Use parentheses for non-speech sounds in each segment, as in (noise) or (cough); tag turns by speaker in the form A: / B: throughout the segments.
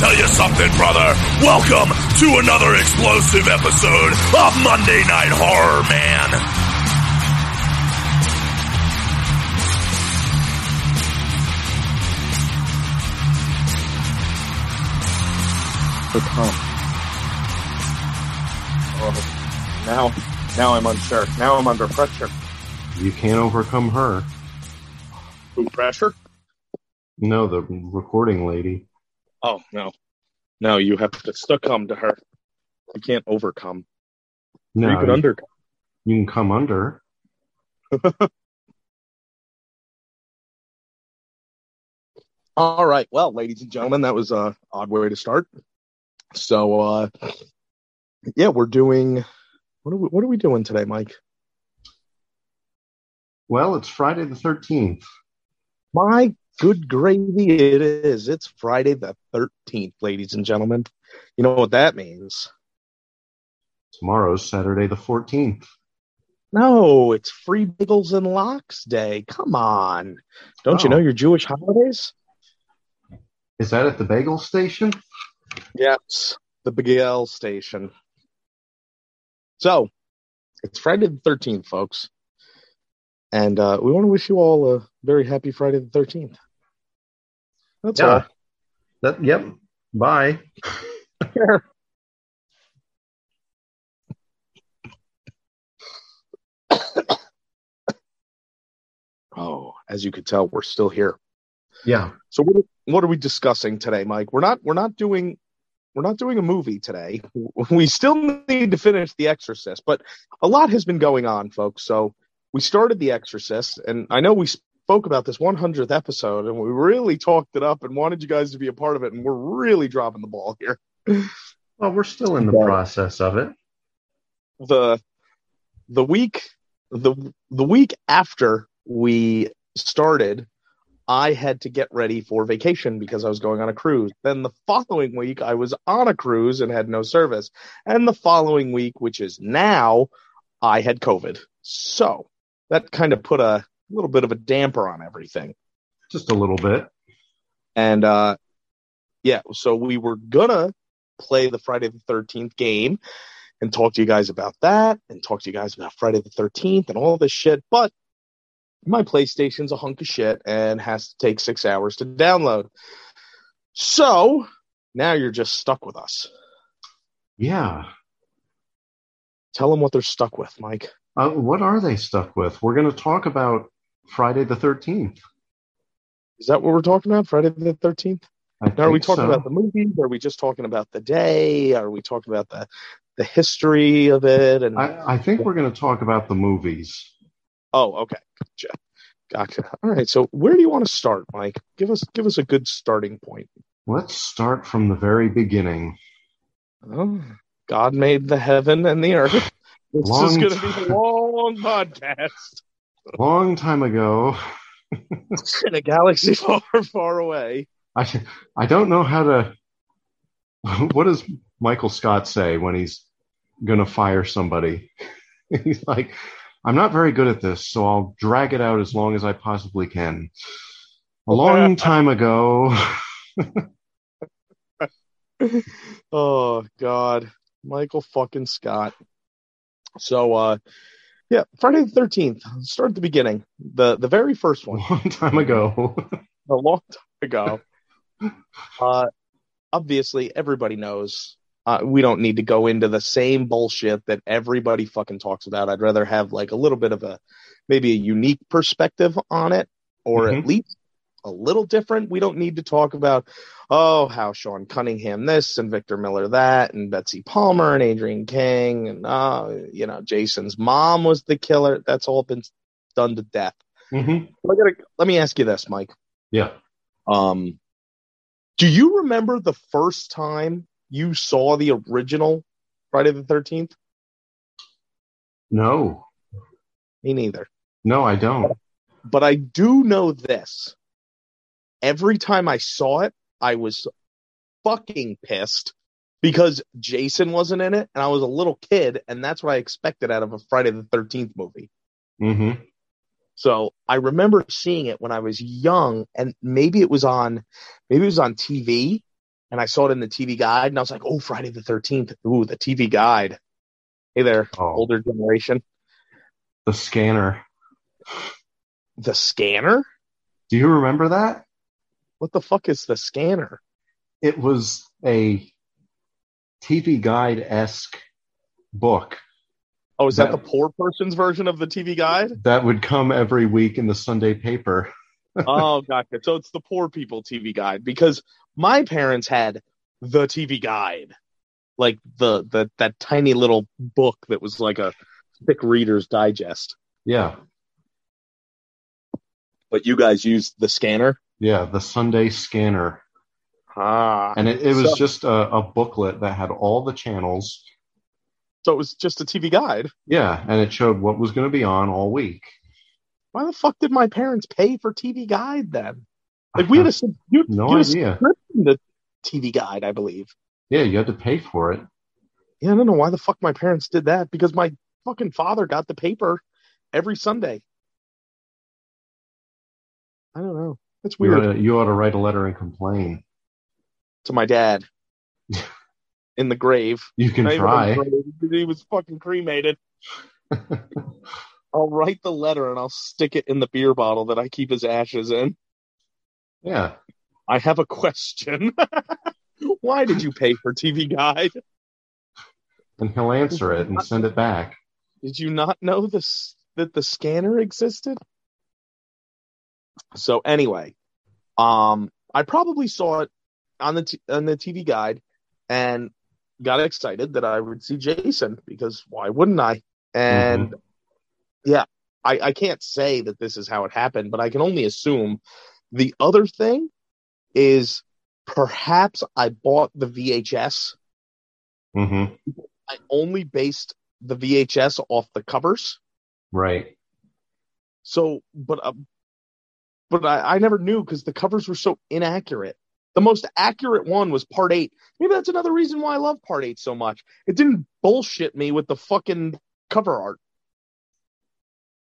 A: tell you something, brother? Welcome to another explosive episode of Monday Night Horror, man.
B: Oh, now, now I'm unsure. Now I'm under pressure.
C: You can't overcome her.
B: Who pressure?
C: No, the recording lady.
B: Oh no, no! You have to succumb to her. You can't overcome.
C: No,
B: you can under.
C: you can come under.
B: All right. Well, ladies and gentlemen, that was a odd way to start. So, uh, yeah, we're doing. What are we, what are we doing today, Mike?
C: Well, it's Friday the 13th.
B: My good gravy, it is. It's Friday the 13th, ladies and gentlemen. You know what that means?
C: Tomorrow's Saturday the 14th.
B: No, it's Free Bagels and Locks Day. Come on. Don't you
C: Oh.
B: know your Jewish holidays?
C: Is that at the bagel station?
B: Yes, the Bagel Station. So, it's Friday the 13th, folks. And uh, we want to wish you all a very happy Friday the 13th. That's all.
C: That, yep. Bye.
B: Oh, as you could tell, we're still here.
C: Yeah.
B: So what what are we discussing today, Mike? We're not we're not doing we're not doing a movie today. We still need to finish The Exorcist, but a lot has been going on, folks. So we started The Exorcist, and I know we spoke about this 100th episode, and we really talked it up and wanted you guys to be a part of it, and we're really dropping the ball here.
C: Well, we're still in the
B: Yeah.
C: process of it.
B: the the week the the week after we started i had to get ready for vacation because i was going on a cruise then the following week i was on a cruise and had no service and the following week which is now i had covid so that kind of put a little bit of a damper on everything
C: Just a little bit.
B: and uh yeah, so we were gonna play the Friday the thirteenth game and talk to you guys about that and talk to you guys about Friday the thirteenth and all this shit, but my PlayStation's a hunk of shit and has to take six hours to download. So now you're just stuck with us.
C: Yeah.
B: Tell them what they're stuck with, Mike.
C: Uh, what are they stuck with? We're going to talk about Friday the 13th.
B: Is that what we're talking about? Friday the thirteenth?
C: I
B: Now, are we
C: think
B: talking
C: so.
B: about the movies? Are we just talking about the day? Are we talking about the the history of it? And
C: I, I think we're going to talk about the movies.
B: Oh, okay. Gotcha. Gotcha. All right. So where do you want to start, Mike? Give us give us a good starting point.
C: Let's start from the very beginning.
B: Oh, God made the heaven and the earth. This is
C: Long
B: going to be a long podcast
C: Long time ago,
B: in a galaxy (laughs) far, far away.
C: I I don't know how to. (laughs) What does Michael Scott say when he's going to fire somebody? (laughs) he's like, I'm not very good at this, so I'll drag it out as long as I possibly can. A long time ago, (laughs)
B: Oh God, Michael fucking Scott. So, uh, yeah, Friday the Thirteenth. Start at the beginning. the The very first
C: a
B: one.
C: long time ago, (laughs)
B: a long time ago. Uh, obviously, everybody knows. Uh, we don't need to go into the same bullshit that everybody fucking talks about. I'd rather have like a little bit of a maybe a unique perspective on it, or at least a little different. We don't need to talk about oh how Sean Cunningham this and Victor Miller that and Betsy Palmer and Adrian King and uh, you know Jason's mom was the killer. That's all been done to death.
C: hmm
B: I gotta, let me ask you this, Mike.
C: yeah,
B: Um, do you remember the first time you saw the original Friday the Thirteenth?
C: no,
B: Me neither.
C: no, I don't.
B: But I do know this. Every time I saw it, I was fucking pissed because Jason wasn't in it, and I was a little kid, and that's what I expected out of a Friday the Thirteenth movie.
C: hmm
B: So I remember seeing it when I was young, and maybe it was on, maybe it was on TV, and I saw it in the TV guide, and I was like, "Oh, Friday the Thirteenth. Ooh, the TV guide. Hey there,
C: Oh.
B: older generation.
C: The scanner.
B: The scanner.
C: Do you remember that?
B: What the fuck is the scanner?
C: It was a TV guide esque book
B: Oh, is that,
C: That-
B: the poor person's version of the TV guide?
C: (laughs) that would come every week in the Sunday paper.
B: oh, gotcha. So it's the poor people TV guide because my parents had the TV guide, like the the that tiny little book that was like a thick Reader's Digest.
C: Yeah.
B: But you guys used the scanner.
C: Yeah. The Sunday scanner.
B: Ah,
C: And it, it was
B: So-
C: just a, a booklet that had all the channels.
B: so it was just a TV guide.
C: Yeah. And it showed what was going to be on all week.
B: Why the fuck did my parents pay for TV Guide then? Like we had a sub- you,
C: (laughs) no
B: you had a
C: idea.
B: subscription to TV Guide, I believe.
C: Yeah. You had to pay for it.
B: Yeah, I don't know why the fuck my parents did that because my fucking father got the paper every Sunday. I don't know. That's
C: You
B: weird.
C: ought to, you ought to write a letter and complain.
B: To my
C: (laughs)
B: dad in the grave.
C: You can
B: Not even
C: try.
B: in the grave, He was fucking cremated. I'll write the letter and I'll stick it in the beer bottle that I keep his ashes in.
C: Yeah.
B: I have a question. (laughs) why did you pay for TV Guide?
C: And he'll answer it and send it back.
B: Did you not know this that the scanner existed? So anyway, um, I probably saw it on the t- on the TV guide and got excited that I would see Jason because why wouldn't I? And yeah, I, I can't say that this is how it happened, but I can only assume. The other thing is perhaps I bought the VHS
C: hmm
B: I only based the VHS off the covers.
C: Right.
B: So, but uh, but I, I never knew because the covers were so inaccurate. The most accurate one was Part Eight. Maybe that's another reason why I love Part Eight so much. It didn't bullshit me with the fucking cover art.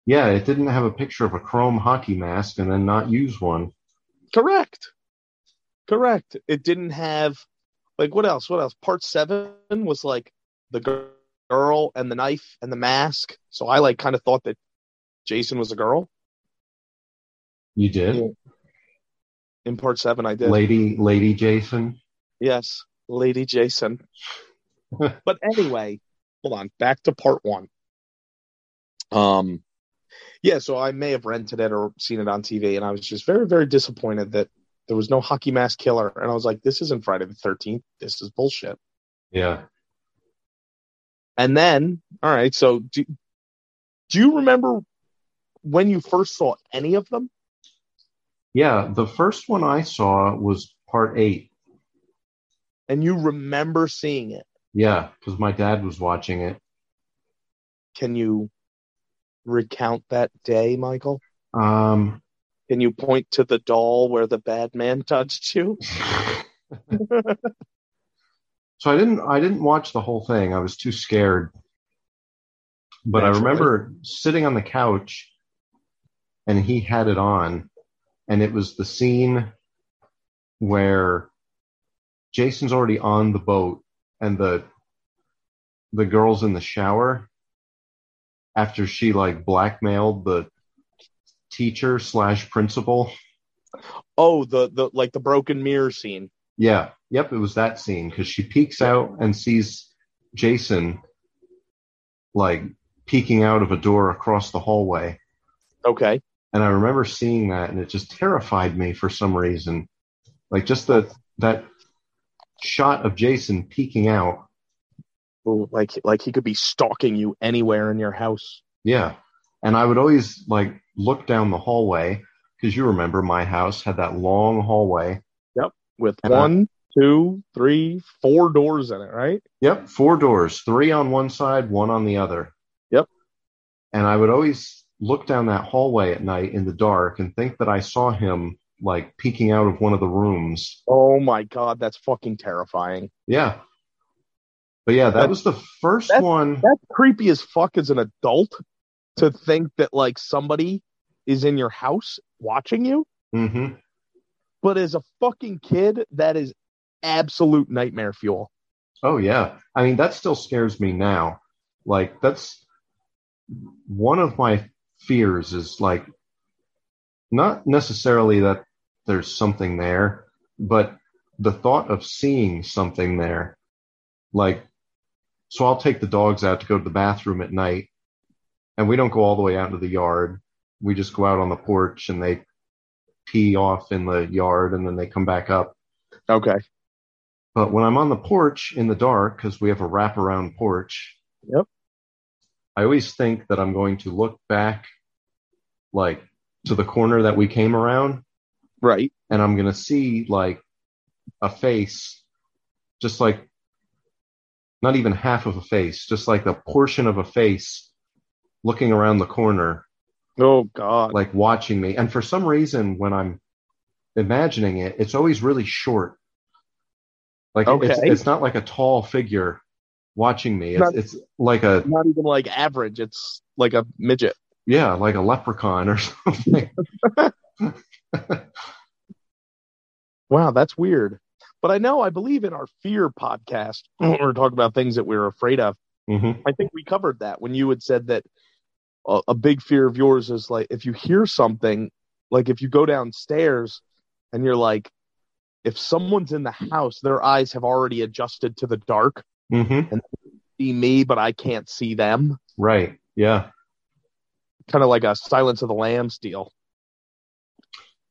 C: Yeah, it didn't have a picture of a chrome hockey mask and then not use one.
B: Correct. Correct. It didn't have like what else? What else? Part seven was like the gir- girl and the knife and the mask. So I like kind of thought that Jason was a girl
C: You did?
B: Yeah. in part seven. I did.
C: Lady Lady Jason.
B: Yes, Lady Jason. but anyway, hold on. Back to part one. Um, yeah. So I may have rented it or seen it on TV, and I was just very, very disappointed that there was no hockey mask killer. And I was like, "This isn't Friday the Thirteenth. This is bullshit."
C: Yeah.
B: And then, all right. So do do you remember when you first saw any of them?
C: Yeah, the first one I saw was part eight.
B: And you remember seeing it?
C: Yeah, because my dad was watching it.
B: Can you recount that day, Michael?
C: Um,
B: Can you point to the doll where the bad man (laughs) touched you?
C: so I didn't I didn't watch the whole thing. I was too scared. But I
B: Naturally.
C: remember sitting on the couch and he had it on and it was the scene where Jason's already on the boat and the the girl's in the shower after she like blackmailed the teacher slash principal.
B: Oh, the, the like the broken mirror scene.
C: Yeah. Yep. It was that scene because she peeks out and sees Jason like peeking out of a door across the hallway.
B: Okay.
C: And I remember seeing that and it just terrified me for some reason. Like just the, that shot of Jason peeking out.
B: Ooh, Like like he could be stalking you anywhere in your house.
C: Yeah. And I would always like look down the hallway because you remember my house had that long hallway.
B: With
C: And I-
B: one, two, three, four doors in it, right?
C: Yep, four doors, three on one side, one on the other.
B: Yep.
C: And I would always look down that hallway at night in the dark and think that I saw him like peeking out of one of the rooms.
B: Oh my god, that's fucking terrifying.
C: Yeah. But yeah, that was the first
B: That's-
C: one.
B: That's creepy as fuck as an adult to think that like somebody is in your house watching you.
C: hmm
B: But as a fucking kid, that is absolute nightmare fuel.
C: Oh yeah. I mean that still scares me now. Like that's one of my fears is like not necessarily that there's something there, but the thought of seeing something there. Like so I'll take the dogs out to go to the bathroom at night and we don't go all the way out into the yard. We just go out on the porch and they pee off in the yard and then they come back up.
B: Okay.
C: But when I'm on the porch in the dark, because we have a wraparound porch,
B: Yep.
C: I always think that I'm going to look back, like to the corner that we came around,
B: Right.
C: and I'm going to see like a face, just like not even half of a face, just like the portion of a face looking around the corner
B: Oh God.
C: like watching me. And for some reason, when I'm imagining it, it's always really short. Like it's,
B: Okay.
C: it's not like a tall figure watching me. It's,
B: Not-
C: it's like a
B: Not even like average. It's like a midget.
C: yeah, like a leprechaun or (laughs) something.
B: Wow, that's weird. But I know I believe in our fear podcast when we were talking about things that we were afraid of.
C: hmm
B: I think we covered that when you had said that a, a big fear of yours is like if you hear something, like if you go downstairs and you're like, if someone's in the house, their eyes have already adjusted to the dark.
C: hmm
B: See me, but I can't see them.
C: Right. Yeah.
B: Kind of like a Silence of the Lambs deal.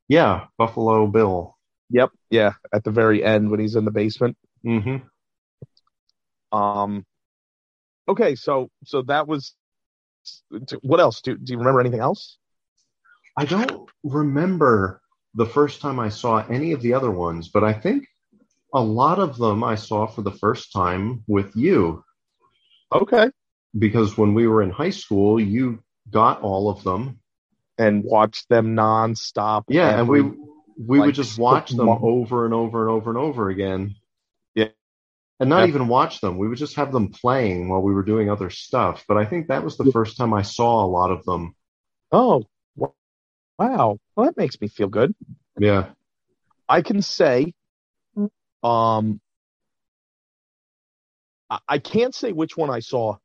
C: Yeah. Buffalo Bill.
B: Yep. Yeah. At the very end when he's in the basement.
C: hmm
B: Um, okay, so so that was. What else? Do do you remember anything else?
C: I don't remember the first time I saw any of the other ones, but I think a lot of them I saw for the first time with you.
B: Okay,
C: because when we were in high school, you got all of them.
B: and watch them nonstop.
C: Yeah,
B: every-
C: and we we
B: like,
C: would just watch them
B: month.
C: over and over and over and over again.
B: Yeah.
C: And not
B: Yeah.
C: even watch them. We would just have them playing while we were doing other stuff. But I think that was the
B: Yeah.
C: first time I saw a lot of them.
B: oh wh- wow, well that makes me feel good.
C: Yeah.
B: I can say, um, I, I can't say which one I saw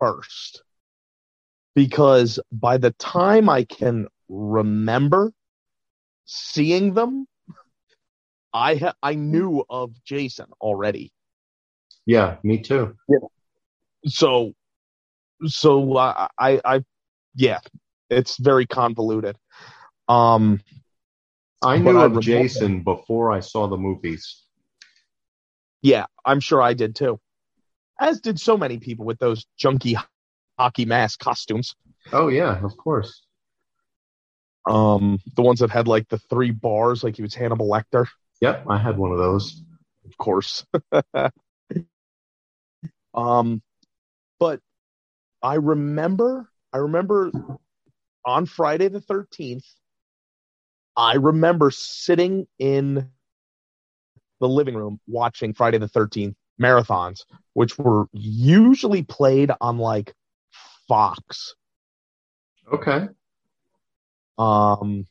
B: first because by the time I can remember seeing them, I ha- I knew of Jason already.
C: Yeah, me too.
B: So, so I I, I yeah, it's very convoluted. Um,
C: I
B: But
C: knew
B: I
C: of
B: remember-
C: Jason before I saw the movies.
B: Yeah, I'm sure I did too. As did so many people with those junky ho- hockey mask costumes.
C: Oh yeah, of course.
B: Um, the ones that had like the three bars, like he was Hannibal Lecter,
C: Yep, I had one of those.
B: of course. (laughs) um, but I remember, I remember on Friday the 13th, I remember sitting in the living room watching Friday the 13th marathons, which were usually played on like Fox.
C: Okay.
B: Um,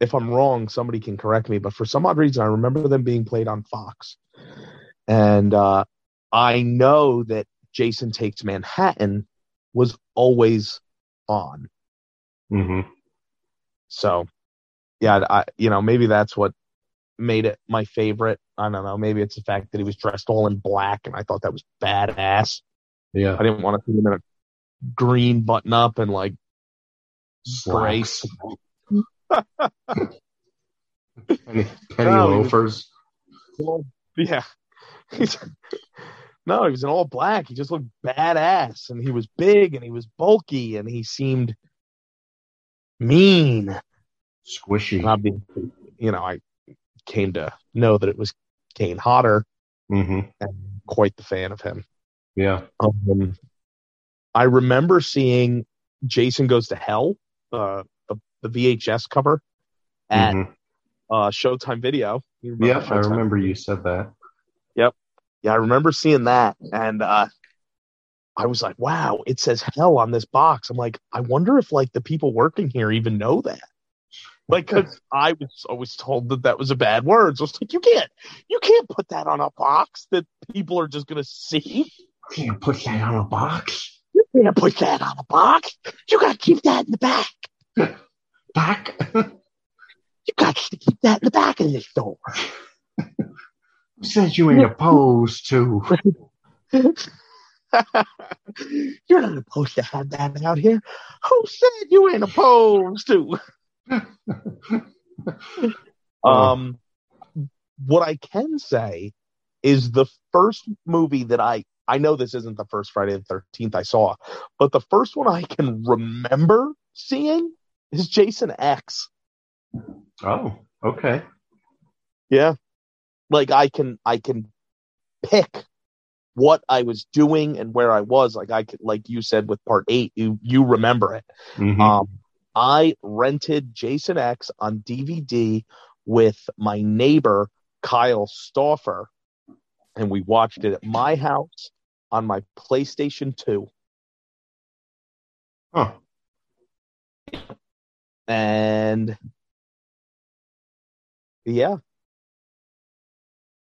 B: if I'm wrong, somebody can correct me, but for some odd reason, I remember them being played on Fox. And uh, I know that Jason Takes Manhattan was always on.
C: hmm
B: So, yeah, I you know maybe that's what made it my favorite. I don't know. Maybe it's the fact that he was dressed all in black, and I thought that was badass.
C: Yeah.
B: I didn't want to see him in a green button up and like gray.
C: Slacks. (laughs) Penny, penny
B: Oh, he was-
C: loafers.
B: Well, yeah. (laughs) He's- no, he was in all black. He just looked badass, and he was big, and he was bulky, and he seemed mean.
C: Squishy.
B: And obviously, you know, I came to know that it was Kane Hodder.
C: hmm
B: Quite the fan of him.
C: Yeah.
B: Um, I remember seeing Jason Goes to Hell, uh, the, the VHS cover at
C: Mhm.
B: uh, Showtime Video. You
C: Yeah, I
B: Showtime?
C: remember you said that.
B: Yeah, I remember seeing that, and uh, I was like, "Wow, it says Hell on this box." I'm like, "I wonder if like the people working here even know that." Like, 'cause I was always told that that was a bad word. So it's like, you can't, you can't put that on a box that people are just gonna see.
C: Can't put that on a box.
B: You can't put that on a box. You gotta keep that in the back.
C: Back. (laughs)
B: You got to keep that in the back of the store.
C: Said you (laughs) ain't opposed to.
B: You're not supposed to have that out here. Who said you ain't opposed to? um, what I can say is the first movie that I I know this isn't the first Friday the Thirteenth I saw, but the first one I can remember seeing is Jason X.
C: Oh, okay.
B: Yeah, like I can I can pick what I was doing and where I was. Like I could, like you said with part eight, you you remember it.
C: Mhm.
B: Um, I rented Jason X on DVD with my neighbor Kyle Stauffer, and we watched it at my house on my PlayStation Two.
C: Huh.
B: And yeah,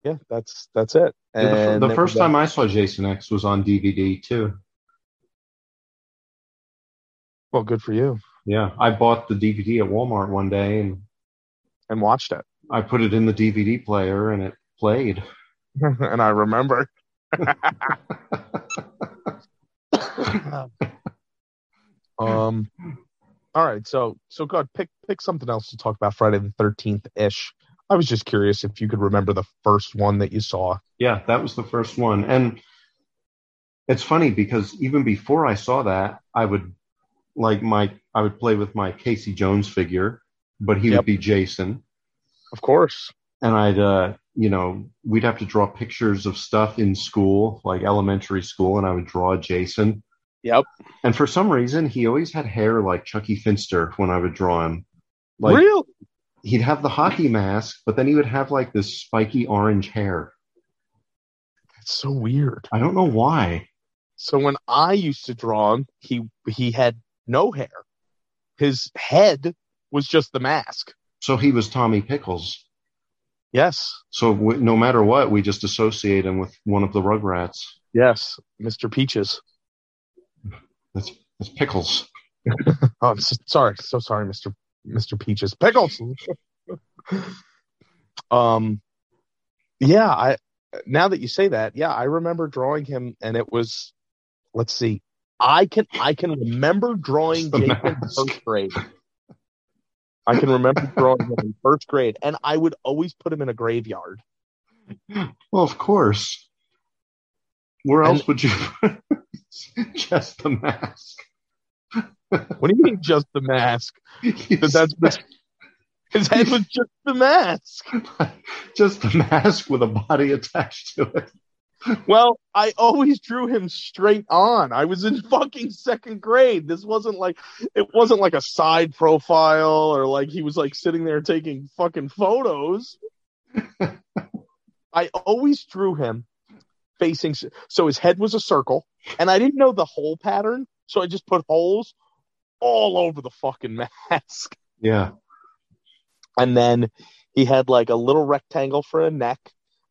B: yeah, that's that's it.
C: Yeah, the f-
B: And
C: the,
B: then
C: first
B: we got-
C: time I saw Jason X was on DVD too.
B: well, good for you,
C: Yeah, I bought the DVD at Walmart one day and
B: and watched it, (laughs)
C: I put it in the DVD player and it played. (laughs)
B: and I remember. um all right so so god pick pick something else to talk about friday the 13th ish i was just curious if you could remember the first one that you saw
C: Yeah, that was the first one. And it's funny because even before I saw that, I would like my I would play with my Casey Jones figure, but he
B: Yep.
C: would be Jason.
B: of course
C: And I'd uh, you know, we'd have to draw pictures of stuff in school, like elementary school, and I would draw Jason.
B: Yep.
C: And for some reason he always had hair like Chucky Finster when I would draw him. Like
B: real
C: he'd have the hockey mask, but then he would have like this spiky orange hair.
B: that's so weird
C: I don't know why.
B: so when i used to draw him he he had no hair his head was just the mask
C: So he was Tommy Pickles.
B: yes
C: So w- no matter what, we just associate him with one of the Rugrats.
B: yes mr peaches
C: That's that's Pickles.
B: oh I'm so, sorry so sorry mr mr peaches pickles um yeah i now that you say that yeah i remember drawing him and it was let's see i can i can remember drawing
C: It's the
B: jason in
C: mask.
B: first grade i can remember drawing him in first grade and i would always put him in a graveyard
C: Well, of course. Where
B: And-
C: else would you? (laughs) just the mask.
B: what do you mean just the mask But that's- his head was just the mask
C: (laughs) just the mask with a body attached to it.
B: (laughs) Well, I always drew him straight on. I was in (laughs) fucking second grade. This wasn't like it wasn't like a side profile or like he was like sitting there taking fucking photos. I always drew him facing s- so his head was a circle and I didn't know the hole pattern, so I just put holes all over the fucking (laughs) mask.
C: Yeah.
B: And then he had like a little rectangle for a neck.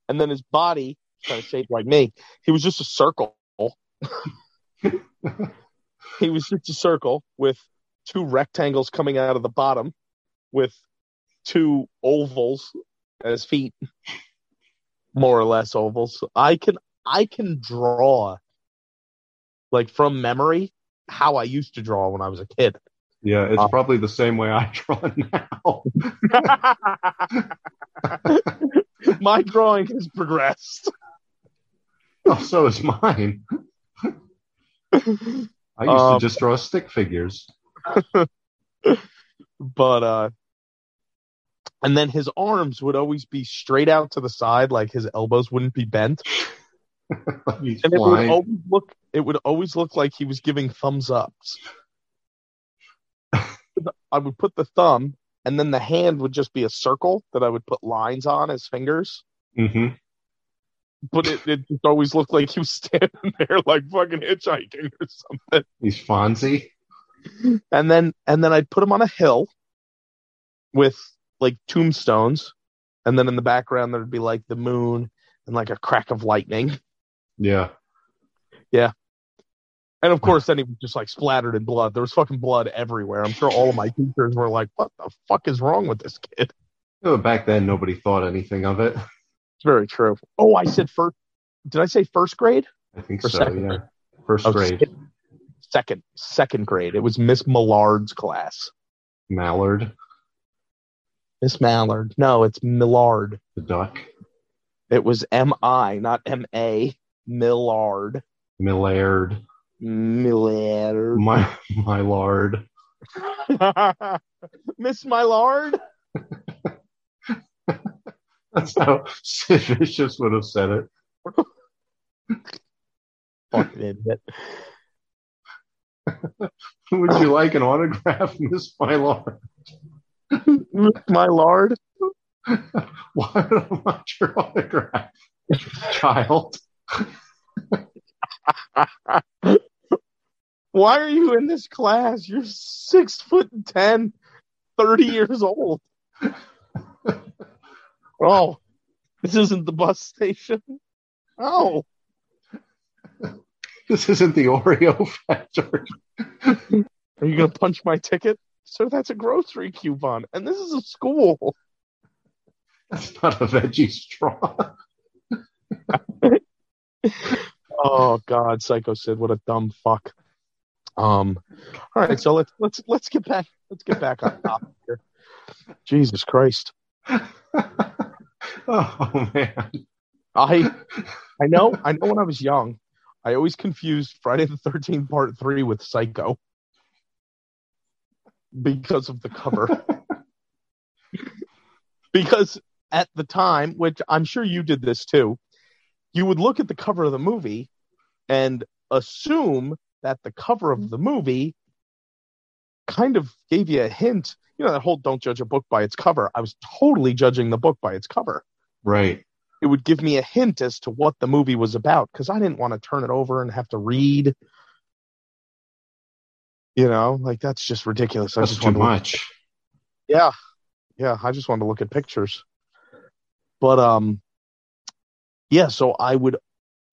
B: And then his body, kind of shaped like me, he was just a circle. he was just a circle with two rectangles coming out of the bottom with two ovals as feet. More or less ovals. I can I can draw like from memory how I used to draw when I was a kid. (laughs)
C: Yeah, it's
B: Uh,
C: probably the same way I draw (laughs) now.
B: My drawing has progressed.
C: Oh, so is mine. I used
B: Um,
C: to just draw stick figures.
B: but uh and then his arms would always be straight out to the side like his elbows wouldn't be bent
C: He's
B: and it would
C: flying.
B: always look it would always look like he was giving thumbs ups i would put the thumb and then the hand would just be a circle that i would put lines on his fingers
C: Mhm.
B: but it, it just always looked like he was (laughs) standing there like fucking hitchhiking or something
C: He's Fonzie.
B: and then and then i'd put him on a hill with like tombstones, and then in the background there'd be like the moon and like a crack of lightning,
C: Yeah.
B: and of course then he was just like splattered in blood. There was fucking blood everywhere. I'm sure all of my teachers were like, "What the fuck is wrong with this kid?"
C: You know, back then, nobody thought anything of it.
B: It's very true. Oh, I said first. Did I say first grade?
C: I think
B: For
C: so.
B: second
C: Yeah.
B: grade.
C: First
B: Oh,
C: grade,
B: skip- Second, second grade. It was Miss Millard's class.
C: Mallard,
B: Miss Mallard. No, it's Millard.
C: the duck,
B: It was M I, not M A. Millard.
C: Millard,
B: Millard.
C: (laughs) my my lard.
B: Miss Millard.
C: That's how Sid Vicious would have said it.
B: Fucking idiot.
C: Would you like an autograph, Miss Mylard?
B: Miss Millard.
C: Why would I want your autograph, child?
B: Why are you in this class? You're six foot ten, 30 years old. Oh, this isn't the bus station. Oh.
C: This isn't the Oreo factory.
B: Are you going to punch my ticket? Sir, that's a grocery coupon, and this is a school.
C: That's not a veggie straw. (laughs)
B: Oh God, Psycho Sid, what a dumb fuck. Um, all right, so let's let's let's get back let's get back on top here. Jesus Christ,
C: oh man,
B: I I know I know when I was young, I always confused Friday the Thirteenth Part Three with Psycho because of the cover. because at the time, which I'm sure you did this too, you would look at the cover of the movie and assume that the cover of the movie kind of gave you a hint. You know, that whole don't judge a book by its cover. I was totally judging the book by its cover.
C: right?
B: It would give me a hint as to what the movie was about because I didn't want to turn it over and have to read. You know, like that's just ridiculous. I
C: That's
B: just
C: too
B: wanted to
C: much.
B: yeah. Yeah. I just wanted to look at pictures. But um yeah, so I would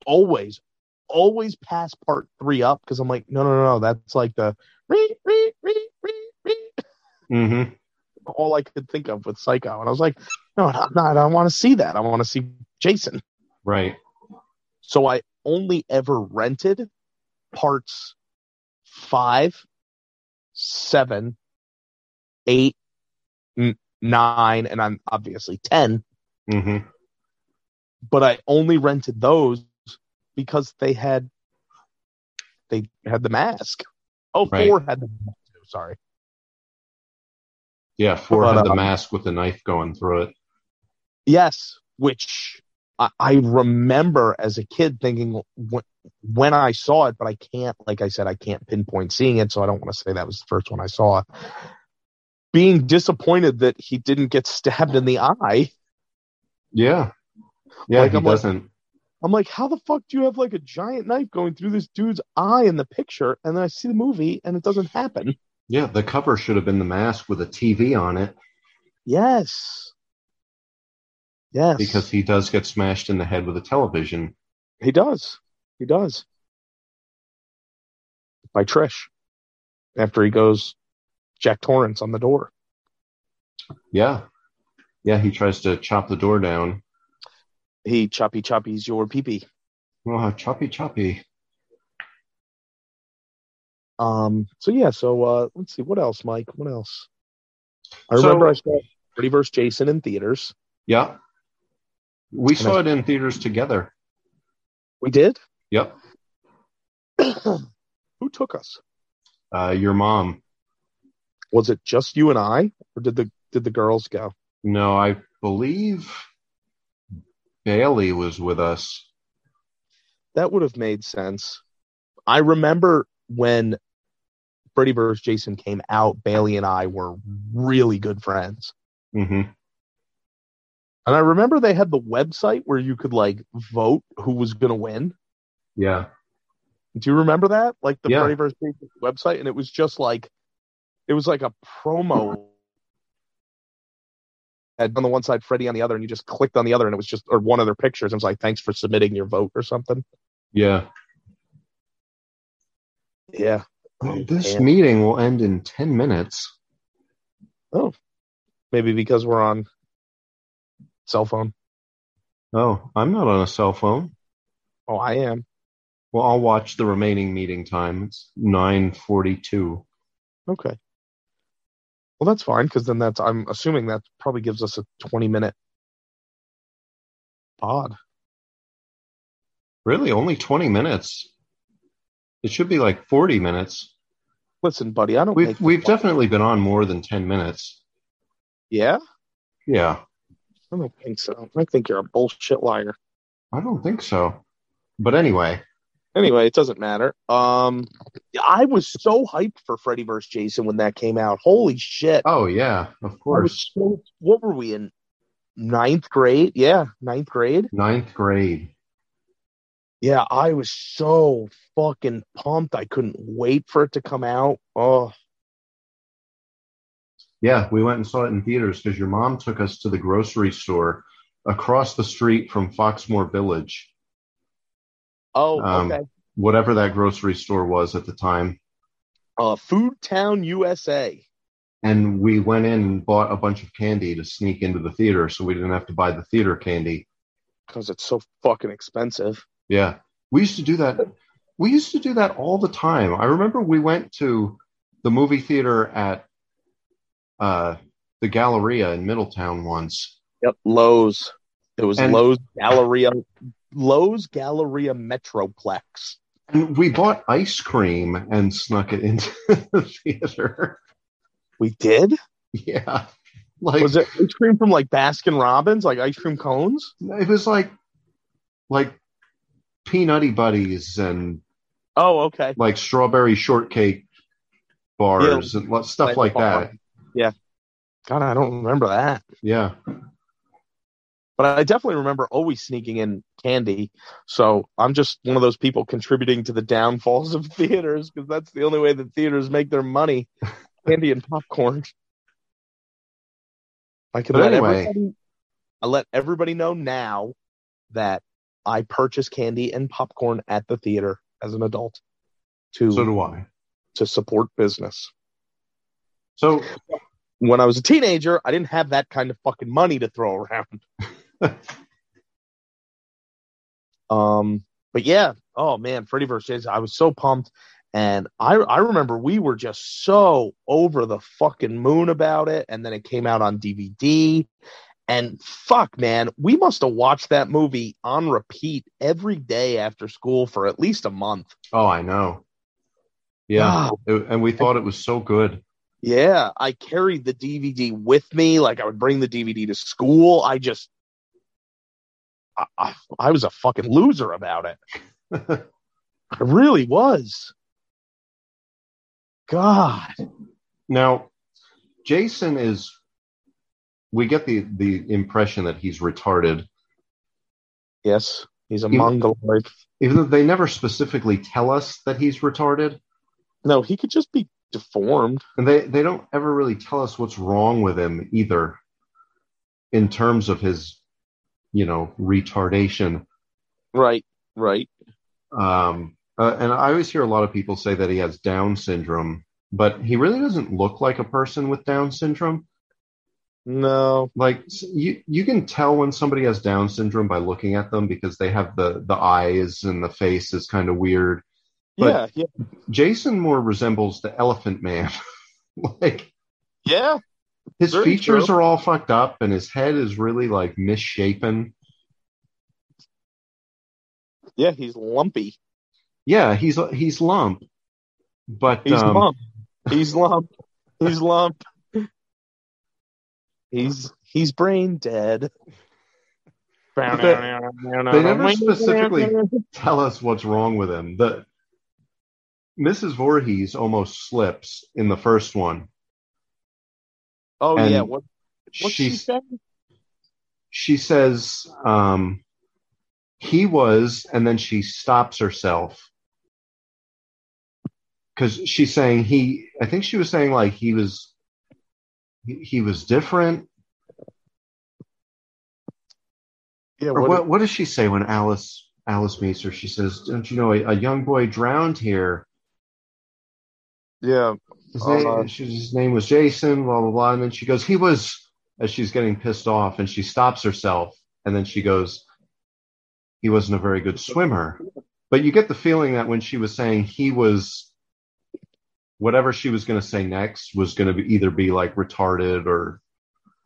B: always, always pass part three up because I'm like, no, no, no, no. That's like the ree, ree, ree, ree, ree,
C: hmm
B: all I could think of with Psycho. And I was like, no, no, no I don't want to see that. I want to see Jason.
C: Right.
B: So I only ever rented parts five, seven, eight, n- nine, and I'm obviously 10,
C: hmm
B: but I only rented those because they had, they had the mask. Oh,
C: Right.
B: four had the mask too. Sorry.
C: Yeah, Ford
B: But,
C: had the
B: uh,
C: mask with the knife going through it.
B: Yes, which I, I remember as a kid thinking when, when I saw it, but I can't, like I said, I can't pinpoint seeing it, so I don't want to say that was the first one I saw. Being disappointed that he didn't get stabbed in the eye.
C: Yeah. Yeah,
B: Like,
C: he
B: I'm like-
C: doesn't.
B: I'm like, how the fuck do you have like a giant knife going through this dude's eye in the picture? And then I see the movie and it doesn't happen.
C: yeah, the cover should have been the mask with a TV on it
B: Yes. Yes.
C: because he does get smashed in the head with a television.
B: He does. He does. By Trish. After he goes Jack Torrance on the door.
C: Yeah. Yeah, he tries to chop the door down.
B: He choppy choppies your peepee.
C: Oh, choppy choppy.
B: Um so yeah, so uh let's see, what else, Mike? What else? I
C: So-
B: remember I saw Freddy vs. Jason in theaters.
C: Yeah. We
B: Can
C: saw it in theaters together.
B: We did? (clears throat)
C: Yep.
B: Who took us?
C: Uh, your mom.
B: Was it just you and I? Or did the did the girls go?
C: No, I believe Bailey was with us.
B: That would have made sense. I remember when Freddy vs. Jason came out, Bailey and I were really good friends.
C: hmm
B: And I remember they had the website where you could like vote who was going to win.
C: Yeah.
B: Do you remember that? Like the
C: Yeah.
B: Freddy vs. Jason website, and it was just like it was like a promo had on the one side Freddie on the other, and you just clicked on the other, and it was just or one of their pictures. And it was like, thanks for submitting your vote or something.
C: Yeah.
B: Yeah.
C: Well, this
B: Yeah.
C: meeting will end in 10 minutes.
B: Maybe because we're on cell phone.
C: Oh, I'm not on a cell phone.
B: Oh, I am.
C: Well, I'll watch the remaining meeting time. It's 9:42.
B: Okay. Well, that's fine because then that's I'm assuming that probably gives us a 20 minute pod.
C: Really, only 20 minutes. It should be like 40 minutes.
B: Listen, buddy, I don't.
C: We've
B: make the
C: we've
B: pod-
C: definitely been on more than 10 minutes.
B: Yeah,
C: Yeah.
B: I don't think so. I think you're a bullshit liar.
C: I don't think so. But anyway,
B: Anyway, it doesn't matter. Um, I was so hyped for Freddy vs. Jason when that came out. Holy shit!
C: oh yeah,
B: I
C: of
B: was
C: course.
B: so- what were we in ninth grade? Yeah, ninth grade.
C: Ninth grade.
B: Yeah, I was so fucking pumped. I couldn't wait for it to come out. Oh,
C: Yeah, we went and saw it in theaters because your mom took us to the grocery store across the street from Foxmore Village,
B: oh,
C: Um,
B: okay.
C: whatever that grocery store was at the time.
B: Uh, Food Town USA.
C: And we went in and bought a bunch of candy to sneak into the theater so we didn't have to buy the theater candy.
B: Because it's so fucking expensive.
C: Yeah. We used to do that. We used to do that all the time. I remember we went to the movie theater at uh, the Galleria in Middletown once.
B: Yep. Lowe's. It was
C: And-
B: Lowe's Galleria. Lowe's Galleria Metroplex.
C: And we bought ice cream and snuck it into (laughs) the theater. (laughs)
B: We did.
C: Yeah. Like
B: Was it ice cream from like Baskin Robbins, like ice cream cones?
C: it was like like peanutty buddies and
B: Oh, okay.
C: like strawberry shortcake bars and lo- stuff like that.
B: God, I don't remember that.
C: Yeah.
B: but I definitely remember always sneaking in candy. So I'm just one of those people contributing to the downfalls of (laughs) theaters because that's the only way that theaters make their
C: (laughs)
B: money: candy and popcorn. I can
C: But
B: let
C: anyway.
B: everybody, I let everybody know now that I purchase candy and popcorn at the theater as an adult to
C: So do I.
B: to support business.
C: So
B: When I was a teenager, I didn't have that kind of fucking money to throw around. Um, but yeah, oh man, Freddy vs. Jason, I was so pumped, and I I remember we were just so over the fucking moon about it, and then it came out on DVD, and fuck, man, we must have watched that movie on repeat every day after school for at least a month.
C: Oh, I know. Yeah.
B: Ah,
C: It- and we thought it was so good.
B: yeah, I carried the DVD with me, like I would bring the DVD to school. I just. I, I, I was a fucking loser about it.
C: (laughs)
B: I really was. God.
C: now, Jason is we get the the impression that he's retarded,
B: Yes, he's a
C: You-
B: mongoloid.
C: even though they never specifically tell us that he's retarded,
B: No, he could just be deformed.
C: and they they don't ever really tell us what's wrong with him either in terms of his you know retardation.
B: Right, right.
C: Um uh, and I always hear a lot of people say that he has Down syndrome, but he really doesn't look like a person with Down syndrome.
B: No,
C: like s- you you can tell when somebody has down syndrome by looking at them because they have the the eyes and the face is kind of weird But-
B: yeah,
C: jason more resembles the elephant man (laughs) like
B: yeah, yeah.
C: his
B: Very
C: features
B: true.
C: are all fucked up and his head is really like misshapen
B: Yeah, he's lumpy.
C: yeah he's he's lump but
B: He's
C: um,
B: lump. He's lump. He's lump. He's he's brain dead.
C: They- they never specifically-
B: (laughs)
C: tell us what's wrong with him the mrs Voorhees almost slips in the first one
B: Oh
C: And
B: yeah, what what's she
C: She's-
B: say?
C: she says um, he was and then she stops herself because she's saying he i think she was saying like he was he, he was different
B: Yeah,
C: Or
B: what,
C: what, what does she say when Alice Alice meets her? She says, "Don't you know a, a young boy drowned here?
B: yeah,
C: His,
B: Uh,
C: name, she- his name was Jason." Blah blah blah. And then she goes, "He was." As she's getting pissed off, and she stops herself, and then she goes, "He wasn't a very good swimmer." But you get the feeling that when she was saying he was, whatever she was going to say next was going to be either be like retarded or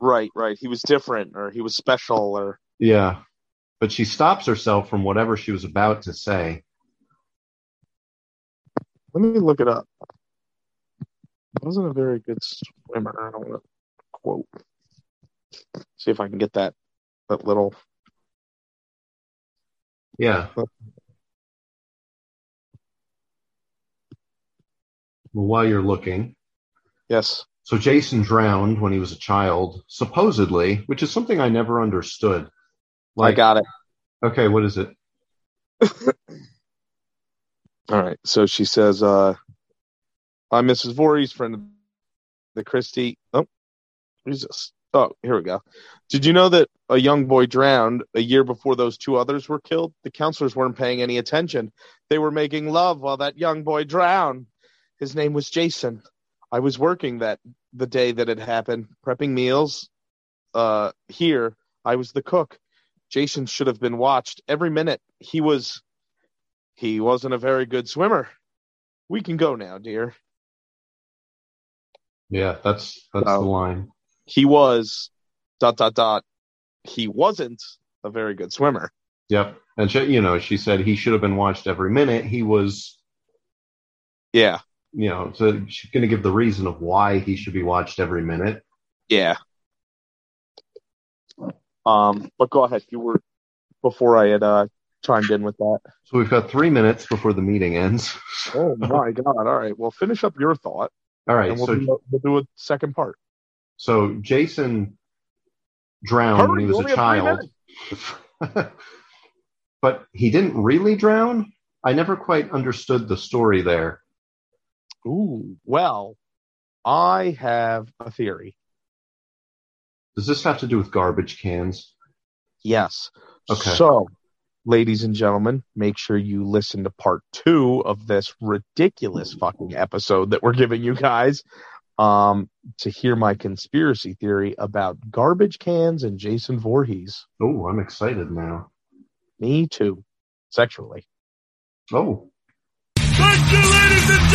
B: right, right. He was different, or he was special, or
C: Yeah. But she stops herself from whatever she was about to say.
B: let me look it up. Wasn't a very good swimmer. I don't want to quote. See if I can get that that little.
C: Yeah. Well, while you're looking,
B: Yes.
C: so Jason drowned when he was a child, supposedly, which is something I never understood.
B: I got it.
C: okay, what is it?
B: All right. So she says, uh, I'm Mrs. Voorhees, friend of the Christie. Oh, Jesus. Oh, here we go. Did you know that a young boy drowned a year before those two others were killed? The counselors weren't paying any attention. They were making love while that young boy drowned. His name was Jason. I was working that the day that it happened, prepping meals. Uh, here, I was the cook. Jason should have been watched every minute. He was he wasn't a very good swimmer. We can go now, dear.
C: Yeah, that's that's
B: Oh.
C: the line.
B: He was dot dot dot. He wasn't a very good swimmer.
C: Yep. And she, you know, she said he should have been watched every minute. He was,
B: Yeah,
C: you know, so she's going to give the reason of why he should be watched every minute.
B: yeah. Um, but go ahead. You were before I had uh chimed in with that.
C: So we've got three minutes before the meeting ends.
B: (laughs)
C: (laughs)
B: Oh my god! All right. Well, finish up your thought,
C: All right,
B: and we'll,
C: so
B: do, we'll do a second part.
C: so Jason drowned when
B: Hurry,
C: he
B: you
C: was
B: only
C: a
B: have
C: child, (laughs) but he didn't really drown. I never quite understood the story there.
B: Ooh. Well, I have a theory.
C: Does this have to do with garbage cans?
B: Yes.
C: Okay.
B: So, ladies and gentlemen, make sure you listen to part two of this ridiculous fucking episode that we're giving you guys um, to hear my conspiracy theory about garbage cans and Jason Voorhees.
C: Oh, I'm excited now.
B: Me too, sexually.
C: Oh,
A: Thank you, ladies and